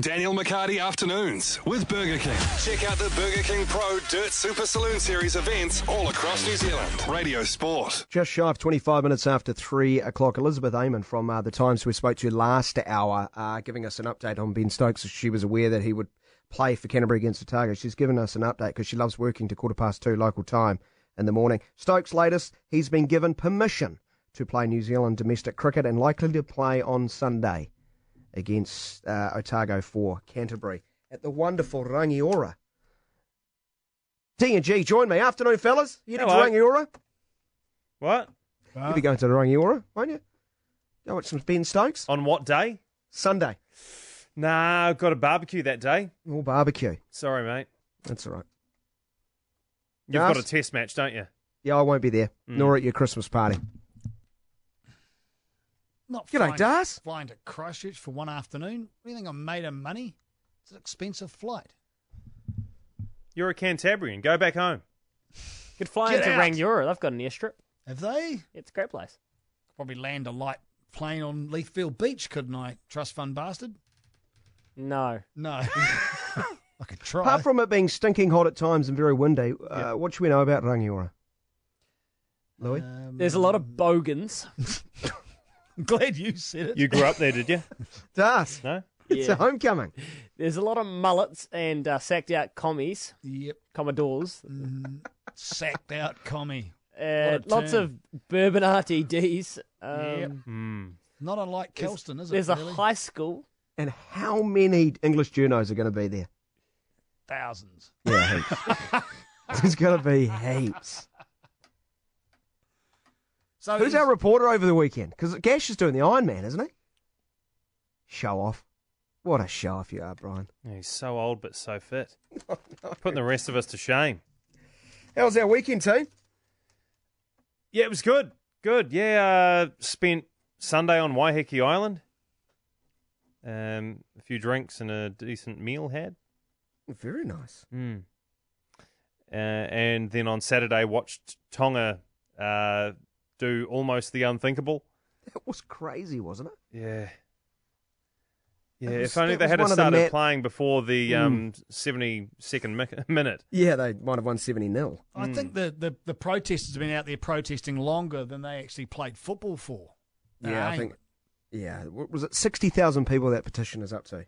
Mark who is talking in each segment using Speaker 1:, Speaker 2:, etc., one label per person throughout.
Speaker 1: Daniel McCarty afternoons with Burger King. Check out the Burger King Pro Dirt Super Saloon Series events all across New Zealand. Radio Sport.
Speaker 2: Just shy of 25 minutes after 3 o'clock, Elizabeth Amon from uh, The Times we spoke to last hour, uh, giving us an update on Ben Stokes. She was aware that he would play for Canterbury against Otago. She's given us an update because she loves working to quarter past 2 local time in the morning. Stokes' latest, he's been given permission to play New Zealand domestic cricket and likely to play on Sunday against uh, Otago for Canterbury at the wonderful Rangiora. D and G, join me. Afternoon, fellas. You to
Speaker 3: Hello.
Speaker 2: Rangiora?
Speaker 3: What?
Speaker 2: You'll be going to the Rangiora, won't you? Go watch some Ben Stokes
Speaker 3: On what day?
Speaker 2: Sunday.
Speaker 3: Nah, I've got a barbecue that day.
Speaker 2: All barbecue.
Speaker 3: Sorry, mate.
Speaker 2: That's all right.
Speaker 3: You've
Speaker 2: Yes.
Speaker 3: got a Mm. test match, don't you?
Speaker 2: Yeah, I won't be there, nor at your Christmas party.
Speaker 4: Not
Speaker 2: G'day,
Speaker 4: flying,
Speaker 2: Das.
Speaker 4: Flying to Christchurch for one afternoon. What do you think I made of money? It's an expensive flight.
Speaker 3: You're a Cantabrian. Go back home.
Speaker 5: Could fly
Speaker 4: Get
Speaker 5: into
Speaker 4: out.
Speaker 5: Rangiora. They've got an airstrip.
Speaker 4: Have they?
Speaker 5: It's a great place.
Speaker 4: Probably land a light plane on Leithfield Beach, couldn't I? Trust fund bastard.
Speaker 5: No.
Speaker 4: No. I could try.
Speaker 2: Apart from it being stinking hot at times and very windy, uh, what should we know about Rangiora? Louis?
Speaker 3: Uh,
Speaker 4: Um,
Speaker 5: There's a lot of bogans.
Speaker 4: I'm glad you said it.
Speaker 3: You grew up there, did you?
Speaker 2: Das.
Speaker 3: No?
Speaker 2: It's a homecoming.
Speaker 5: There's a lot of mullets and uh, sacked out commies,
Speaker 4: Yep. Mm.
Speaker 5: commodores.
Speaker 4: Sacked out commie.
Speaker 5: Uh,
Speaker 4: What a
Speaker 5: lots
Speaker 4: term.
Speaker 5: of bourbon RTDs. Um,
Speaker 4: Yep. Not unlike
Speaker 5: there's-
Speaker 4: Kelston, is it?
Speaker 5: There's
Speaker 4: really?
Speaker 5: a high school.
Speaker 2: And how many English journos are going to be there?
Speaker 4: Thousands.
Speaker 2: Yeah, heaps. There's going to be heaps.
Speaker 4: So
Speaker 2: Who's
Speaker 4: is-
Speaker 2: our reporter over the weekend? Because Gash is doing the Iron Man, isn't he? Show off. What a show off you are, Brian.
Speaker 3: Yeah, He's so old but so fit. Putting the rest of us to shame.
Speaker 2: How was our weekend, team?
Speaker 3: Yeah, it was good. Good. Yeah, uh, spent Sunday on Waiheke Island. Um, a few drinks and a decent meal had.
Speaker 2: Very nice.
Speaker 3: Mm. Uh, and then on Saturday, watched Tonga uh, do almost the unthinkable.
Speaker 2: That was crazy, wasn't it?
Speaker 3: Yeah. Yeah,
Speaker 2: That was-
Speaker 3: if only
Speaker 2: that
Speaker 3: they
Speaker 2: was
Speaker 3: had
Speaker 2: one of the
Speaker 3: started
Speaker 2: ma- Hmm.
Speaker 3: playing before the um, 72nd mi- minute.
Speaker 2: Yeah, they might have won 70 nil.
Speaker 4: I think the, the, the protesters have been out there protesting longer than they actually played football for.
Speaker 2: Yeah, I
Speaker 4: Aye.
Speaker 2: think. Yeah, what was it 60,000 people that petition is up to?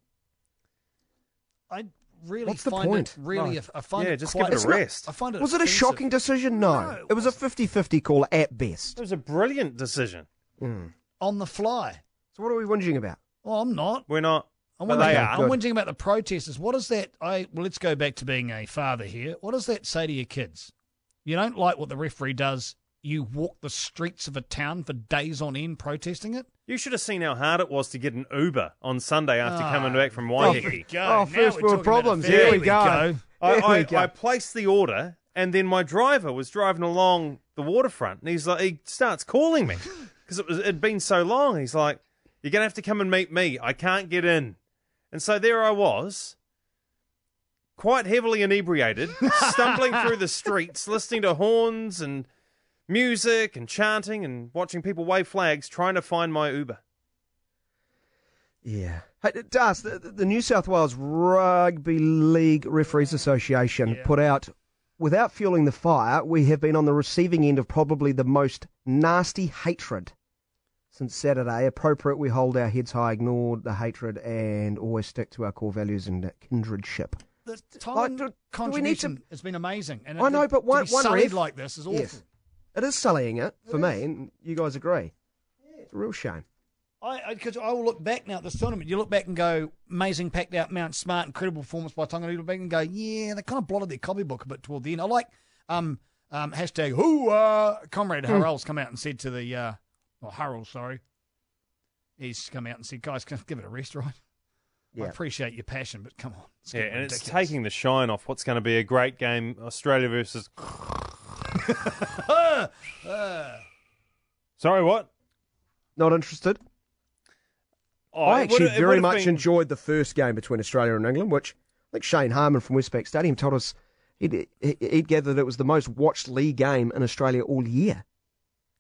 Speaker 4: I really
Speaker 2: What's the
Speaker 4: find
Speaker 2: point?
Speaker 4: it really.
Speaker 2: Like-
Speaker 4: I find
Speaker 3: Yeah,
Speaker 4: it
Speaker 3: just give
Speaker 4: quite,
Speaker 3: it a rest.
Speaker 4: I find it.
Speaker 2: Was it a
Speaker 4: offensive.
Speaker 2: shocking decision? No.
Speaker 4: No, it
Speaker 2: it was a 50 50 call at best.
Speaker 3: It was a brilliant decision.
Speaker 2: Mm.
Speaker 4: on the fly?
Speaker 2: So, what are we whinging about?
Speaker 4: Well, I'm not.
Speaker 3: We're not.
Speaker 4: I'm
Speaker 3: but
Speaker 4: whinging-
Speaker 3: they
Speaker 2: okay,
Speaker 3: are.
Speaker 4: I'm
Speaker 2: good.
Speaker 4: whinging about the protesters. What is that? I well, let's go back to being a father here. What does that say to your kids? You don't like what the referee does. You walk the streets of a town for days on end protesting it.
Speaker 3: You should have seen how hard it was to get an Uber on Sunday after
Speaker 4: Ah,
Speaker 3: coming back from
Speaker 4: there you
Speaker 3: Waiheke.
Speaker 4: go.
Speaker 2: Oh,
Speaker 4: Now
Speaker 2: first world
Speaker 4: we're talking about
Speaker 2: problems.
Speaker 4: affairs.
Speaker 2: Here we go.
Speaker 3: I,
Speaker 2: There we
Speaker 3: I,
Speaker 2: go.
Speaker 3: I placed the order, and then my driver was driving along the waterfront, and he's like, he starts calling me because it was it'd been so long. He's like, "You're gonna have to come and meet me. I can't get in." And so there I was, quite heavily inebriated, stumbling through the streets, listening to horns and music and chanting and watching people wave flags, trying to find my Uber.
Speaker 2: Yeah. Hey, Das, the, the New South Wales Rugby League Referees Association put out, without fueling the fire, we have been on the receiving end of probably the most nasty hatred since Saturday. Appropriate, we hold our heads high, ignore the hatred, and always stick to our core values and kindredship.
Speaker 4: The time
Speaker 2: Like,
Speaker 4: and
Speaker 2: do- do we need to-
Speaker 4: contribution has been amazing. And
Speaker 2: I know,
Speaker 4: to-
Speaker 2: but one-
Speaker 4: to be
Speaker 2: one
Speaker 4: sullied
Speaker 2: ref-
Speaker 4: like this is awful.
Speaker 2: Yes. It is sullying it for me, and you guys agree. It's a real shame.
Speaker 4: I because I, will look back now at this tournament. You look back and go, amazing packed out Mount Smart, incredible performance by Tonga. You look back and go, yeah, they kind of blotted their copybook a bit toward the end. I like um um hashtag who uh comrade Harrell's come out and said to the uh or Harrell, sorry. He's come out and said, guys, can I give it a rest, right? I
Speaker 2: Yeah.
Speaker 4: appreciate your passion, but come on. It's
Speaker 3: Yeah,
Speaker 4: getting
Speaker 3: and it's
Speaker 4: ridiculous.
Speaker 3: taking the shine off what's going to be a great game, Australia versus. Sorry, what?
Speaker 2: Not interested?
Speaker 3: Oh,
Speaker 2: I
Speaker 3: it would-
Speaker 2: actually
Speaker 3: it would
Speaker 2: very
Speaker 3: have
Speaker 2: much
Speaker 3: been-
Speaker 2: enjoyed the first game between Australia and England, which I think Shane Harmon from Westpac Stadium told us he'd, he- he'd gathered it was the most watched league game in Australia all year.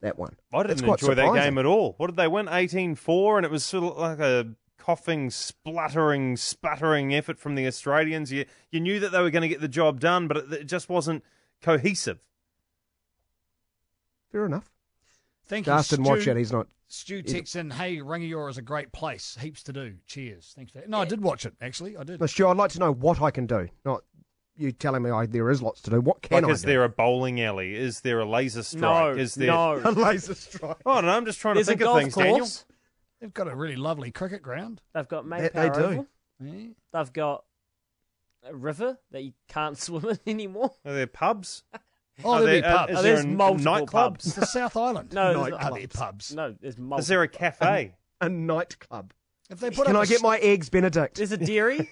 Speaker 2: That one.
Speaker 3: I
Speaker 2: That's
Speaker 3: didn't
Speaker 2: quite
Speaker 3: enjoy that
Speaker 2: surprising.
Speaker 3: game at all. What did they win? 18 4, and it was sort of like a coughing, spluttering, sputtering effort from the Australians. You you knew that they were going to get the job done, but it, it just wasn't cohesive.
Speaker 2: Fair enough.
Speaker 4: Thank you,
Speaker 2: Justin,
Speaker 4: Stu.
Speaker 2: watch it. He's not.
Speaker 4: Stu texts in, hey, Rangiora is a great place. Heaps to do. Cheers. Thanks for that. No, I did watch it, actually. I did.
Speaker 2: No, Stu, I'd like to know what I can do. Not you telling me I, there is lots to do. What can
Speaker 3: like,
Speaker 2: I
Speaker 3: is
Speaker 2: do?
Speaker 3: there a bowling alley? Is there a laser
Speaker 5: No,
Speaker 3: strike? is there?
Speaker 2: a
Speaker 5: no.
Speaker 2: laser strike?
Speaker 3: Oh, I don't know. I'm just trying
Speaker 5: There's
Speaker 3: to
Speaker 5: a
Speaker 3: think
Speaker 5: golf
Speaker 3: of things,
Speaker 5: course.
Speaker 3: Daniel.
Speaker 4: They've got a really lovely cricket ground.
Speaker 5: They've got
Speaker 2: That they
Speaker 5: Maypower
Speaker 2: do.
Speaker 5: Oval.
Speaker 4: Yeah.
Speaker 5: They've got a river that you can't swim in anymore.
Speaker 3: Are there pubs?
Speaker 4: Oh,
Speaker 3: Are
Speaker 4: there'll be
Speaker 3: there- uh,
Speaker 4: pubs.
Speaker 3: is
Speaker 5: Oh,
Speaker 3: there
Speaker 5: there's
Speaker 3: a
Speaker 5: multiple
Speaker 3: nightclubs?
Speaker 5: pubs.
Speaker 4: It's the South Island.
Speaker 5: No, there's
Speaker 4: Night-
Speaker 5: not
Speaker 4: are there
Speaker 5: clubs.
Speaker 4: pubs.
Speaker 5: No, there's multiple.
Speaker 3: Is there a cafe?
Speaker 2: A nightclub.
Speaker 4: If they put
Speaker 2: Can
Speaker 4: up
Speaker 2: I
Speaker 4: a
Speaker 2: get
Speaker 4: st-
Speaker 2: my eggs Benedict?
Speaker 5: There's a dairy?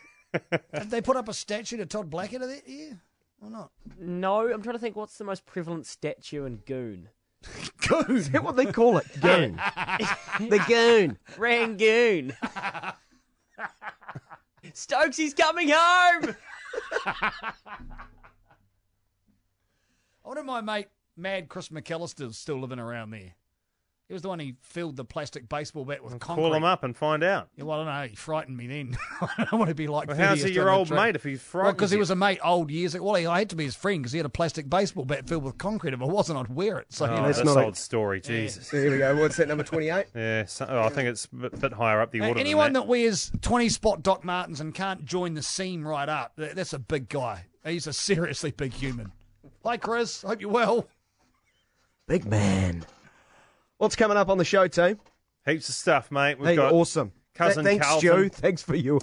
Speaker 4: Have they put up a statue to Todd Blackett of that? Yeah, or not?
Speaker 5: no, I'm trying to think what's the most prevalent statue in Goon.
Speaker 2: Is that what they call it? Goon. the goon.
Speaker 5: Rangoon. Stokes, he's coming home.
Speaker 4: I wonder if my mate Mad Chris McAllister's still living around there. He was the one he filled the plastic baseball bat with concrete.
Speaker 3: Call him up and find out.
Speaker 4: Yeah, well, I don't know. He frightened me then. I don't want to be like.
Speaker 3: Well,
Speaker 4: 30
Speaker 3: how's he
Speaker 4: down
Speaker 3: your
Speaker 4: the
Speaker 3: old
Speaker 4: track.
Speaker 3: mate if he
Speaker 4: Well,
Speaker 3: frightens
Speaker 4: because he
Speaker 3: you?
Speaker 4: was a mate old years ago. Well, he, I had to be his friend because he had a plastic baseball bat filled with concrete. If I wasn't, I'd wear it. So you
Speaker 3: Oh,
Speaker 4: know,
Speaker 2: that's
Speaker 3: that's
Speaker 2: not a-
Speaker 3: old story, Jesus.
Speaker 2: So here we go. What's that number twenty-eight?
Speaker 3: Yeah, so, oh, I think it's a bit, bit higher up the
Speaker 4: Uh,
Speaker 3: order. than
Speaker 4: anyone that. wears 20 spot Doc Martens and can't join the seam right up, th- that's a big guy. He's a seriously big human. Hi, Chris. Hope you're well.
Speaker 2: Big man. What's coming up on the show, team?
Speaker 3: heaps of stuff, mate. We've
Speaker 2: Hey,
Speaker 3: got
Speaker 2: awesome.
Speaker 3: cousin
Speaker 2: Th- thanks,
Speaker 3: Calvin.
Speaker 2: Stu. Thanks for your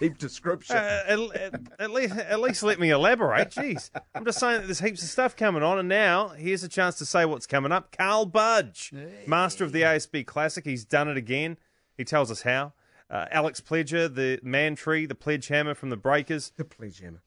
Speaker 2: deep description.
Speaker 3: Uh, at, at- at least, at least let me elaborate. Jeez, I'm just saying that there's heaps of stuff coming on, and now here's a chance to say what's coming up. Carl Budge, master of the ASB Classic, he's done it again. He tells us how. Uh, Alex Pledger, the man tree, the pledge hammer from the Breakers,
Speaker 2: the pledge hammer.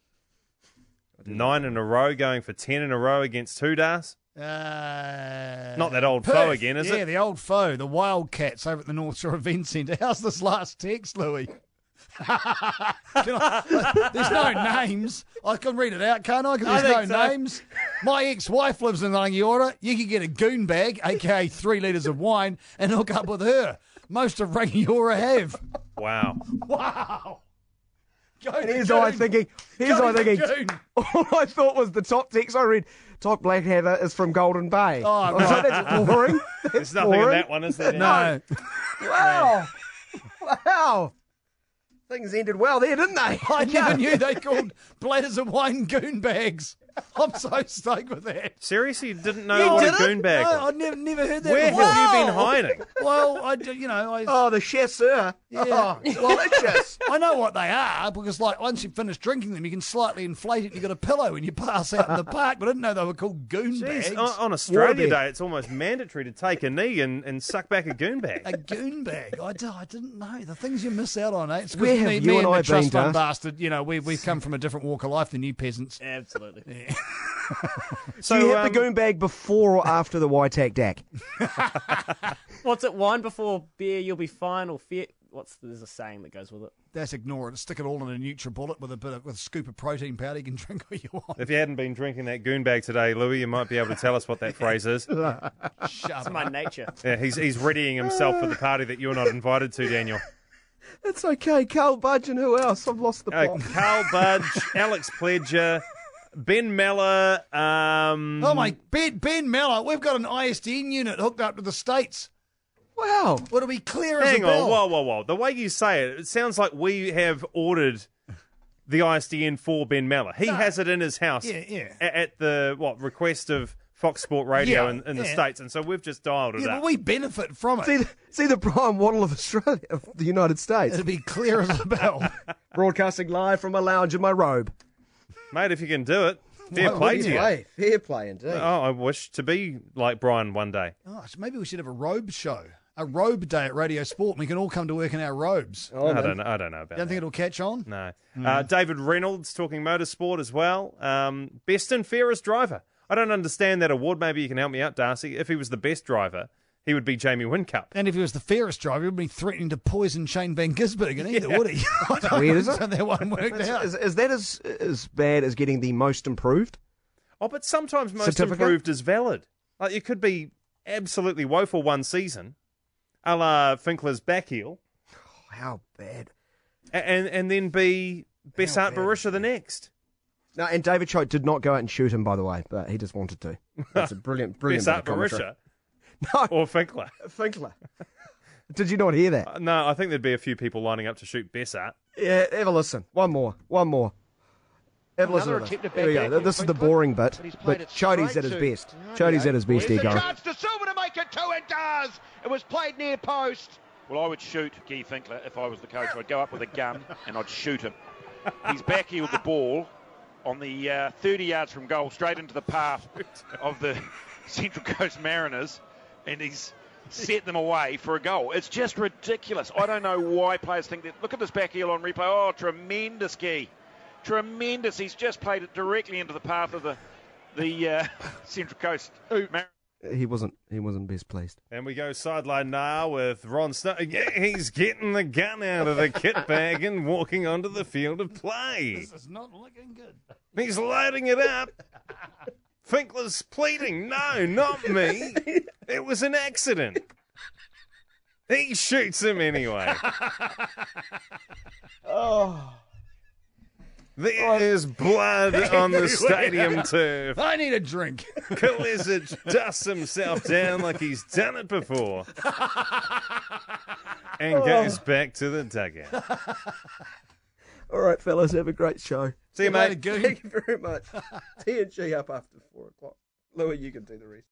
Speaker 3: nine in a row, going for ten in a row against Hudas.
Speaker 4: Uh,
Speaker 3: Not that old
Speaker 4: Perth.
Speaker 3: foe again, is
Speaker 4: yeah,
Speaker 3: it?
Speaker 4: the old foe, the Wildcats over at the North Shore Event Centre. How's this last text, Louis? Can I- there's no names. I can read it out, can't I? 'Cause
Speaker 3: I
Speaker 4: there's
Speaker 3: think
Speaker 4: no
Speaker 3: so.
Speaker 4: names. My ex-wife lives in Rangiora. You can get a goon bag, aka three litres of wine, and hook up with her. Most of Rangiora have.
Speaker 3: Wow.
Speaker 4: Wow. Go
Speaker 2: And
Speaker 4: to
Speaker 2: here's
Speaker 4: goon.
Speaker 2: I thinking. Here's
Speaker 4: Go
Speaker 2: I
Speaker 4: to
Speaker 2: thinking.
Speaker 4: goon.
Speaker 2: All I thought was the top text I read. Top Blackhammer is from Golden Bay.
Speaker 4: Oh,
Speaker 2: I was like, that's boring.
Speaker 3: There's nothing in
Speaker 2: boring.
Speaker 3: that one, is there?
Speaker 4: No.
Speaker 2: Wow. Wow. Things ended well there, didn't they?
Speaker 4: I never knew they called bladders of wine goon bags. I'm so stoked with that.
Speaker 3: Seriously, you didn't know
Speaker 2: You
Speaker 3: what
Speaker 2: didn't?
Speaker 3: a goon bag
Speaker 4: No,
Speaker 3: was?
Speaker 4: I'd never, never heard that.
Speaker 3: Where
Speaker 4: before.
Speaker 3: have you been hiding?
Speaker 4: Well, I, do- you know, I,
Speaker 2: Oh, the chasseur.
Speaker 4: Yeah.
Speaker 2: Oh, delicious.
Speaker 4: I know what they are because, like, once you finish drinking them, you can slightly inflate it. You got a pillow and you pass out in the park. But I didn't know they were called goon bags.
Speaker 3: Jeez,
Speaker 2: uh,
Speaker 3: on, on Australia
Speaker 2: Waterbed.
Speaker 3: Day, it's almost mandatory to take a knee and, and suck back a goon bag.
Speaker 4: a goon bag. I, d- I didn't know the things you miss out on, eh? It's 'cause
Speaker 2: Where have
Speaker 4: me,
Speaker 2: you
Speaker 4: me
Speaker 2: and
Speaker 4: and
Speaker 2: I
Speaker 4: the trust
Speaker 2: been,
Speaker 4: fund
Speaker 2: Darth?
Speaker 4: bastard. You know, we we've come from a different walk of life than you peasants.
Speaker 5: Absolutely.
Speaker 3: So
Speaker 2: you have
Speaker 3: um,
Speaker 2: the goon bag before or after the Waitak Dak?
Speaker 5: What's it? Wine before beer, you'll be fine. Or fear. What's there's a saying that goes with it.
Speaker 4: That's ignore it. Stick it all in a NutriBullet with a bit of, with a scoop of protein powder. You can drink all you want.
Speaker 3: If you hadn't been drinking that goon bag today, Louis, you might be able to tell us what that phrase is.
Speaker 4: Shut
Speaker 5: It's
Speaker 4: up.
Speaker 5: my nature.
Speaker 3: Yeah, he's he's readying himself for the party that you're not invited to, Daniel.
Speaker 2: It's okay. Carl Budge and who else? I've lost the
Speaker 3: Uh,
Speaker 2: plot.
Speaker 3: Carl Budge, Alex Pledger, Ben Meller. Um,
Speaker 4: Oh my Ben Ben Mellor, we've got an ISDN unit hooked up to the states.
Speaker 2: Wow.
Speaker 4: What'll be clear as
Speaker 3: Hang
Speaker 4: a
Speaker 3: on,
Speaker 4: bell.
Speaker 3: whoa, whoa, whoa! The way you say it, it sounds like we have ordered the ISDN for Ben Meller. He has it in his house.
Speaker 4: Yeah, yeah.
Speaker 3: a- At, the what request of Fox Sport Radio
Speaker 4: Yeah,
Speaker 3: in, in the
Speaker 4: yeah.
Speaker 3: states, and so we've just dialed it
Speaker 4: Yeah,
Speaker 3: up.
Speaker 4: but we benefit from it.
Speaker 2: See the, see the Brian Waddle of Australia, of the United States,
Speaker 4: It'll be clear as a bell.
Speaker 2: broadcasting live from a lounge in my robe.
Speaker 3: Mate, if you can do it, fair
Speaker 4: Why
Speaker 3: play
Speaker 4: wouldn't
Speaker 3: to you.
Speaker 2: Hey, fair play indeed.
Speaker 3: Oh, I wish to be like Brian one day.
Speaker 4: Gosh, maybe we should have a robe show, a robe day at Radio Sport, and we can all come to work in our robes.
Speaker 2: Oh,
Speaker 3: I
Speaker 2: man.
Speaker 3: don't know. I don't know about
Speaker 4: Don't think Mm.
Speaker 3: that.
Speaker 4: it'll catch on.
Speaker 3: No. Uh, David Reynolds talking motorsport as well. Um, best and fairest driver. I don't understand that award. Maybe you can help me out, Darcy. If he was the best driver, he would be Jamie Wincup.
Speaker 4: And if he was the fairest driver, he'd be threatening to poison Shane Van Gisbergen either, would he? I don't
Speaker 2: Weird, isn't Oh, it?
Speaker 4: think that one worked
Speaker 2: That's-
Speaker 4: out.
Speaker 2: Is, is that as as bad as getting the most improved?
Speaker 3: Oh, but sometimes most
Speaker 2: Certificate?
Speaker 3: improved is valid. Like you could be absolutely woeful one season, a la Finkler's back heel,
Speaker 2: How bad?
Speaker 3: A- and and then be Best Art Barisha the next.
Speaker 2: No, and David Choate did not go out and shoot him, by the way, but he just wanted to. That's a brilliant, brilliant
Speaker 3: Best
Speaker 2: bit of
Speaker 3: Art
Speaker 2: commentary.
Speaker 3: Barisha or Finkler.
Speaker 2: Finkler. Did you not hear that?
Speaker 3: Uh, No, I think there'd be a few people lining up to shoot Bess Art.
Speaker 2: Yeah, have a listen. One more. One more. Have a listen.
Speaker 6: Another
Speaker 2: to this.
Speaker 6: attempt at
Speaker 2: Here we
Speaker 6: back
Speaker 2: go.
Speaker 6: back.
Speaker 2: This is the boring bit,
Speaker 6: But he's played
Speaker 2: but
Speaker 6: it
Speaker 2: Choate's at
Speaker 6: straight
Speaker 2: his
Speaker 6: to-
Speaker 2: best.
Speaker 6: Yeah,
Speaker 2: Choate's at his best,
Speaker 6: Here's a
Speaker 2: Ego.
Speaker 6: chance to Silva to make it two, and does. It was played near post.
Speaker 7: Well, I would shoot Guy Finkler if I was the coach. I'd go up with a gun and I'd shoot him. He's backheeled the ball on the uh, 30 yards from goal, straight into the path of the Central Coast Mariners, and he's set them away for a goal. It's just ridiculous. I don't know why players think that. Look at this backheel on replay. Oh, tremendous, Guy. Tremendous. He's just played it directly into the path of the the uh, Central Coast Mariners.
Speaker 2: He wasn't. He wasn't best pleased.
Speaker 3: And we go sideline now with Ron Snow. Yeah, he's getting the gun out of the kit bag and walking onto the field of play.
Speaker 4: This is not looking good.
Speaker 3: He's lighting it up. Finkler's pleading, no, not me. It was an accident. He shoots him anyway. oh. There is blood on the stadium turf.
Speaker 4: I need a drink.
Speaker 3: Pulisic dusts himself down like he's done it before and goes back to the dugout.
Speaker 2: All right, fellas, have a great show.
Speaker 3: See you,
Speaker 4: Later,
Speaker 3: mate.
Speaker 4: Googan.
Speaker 2: Thank you very much. TNG up after four o'clock. Louis, you can do the rest.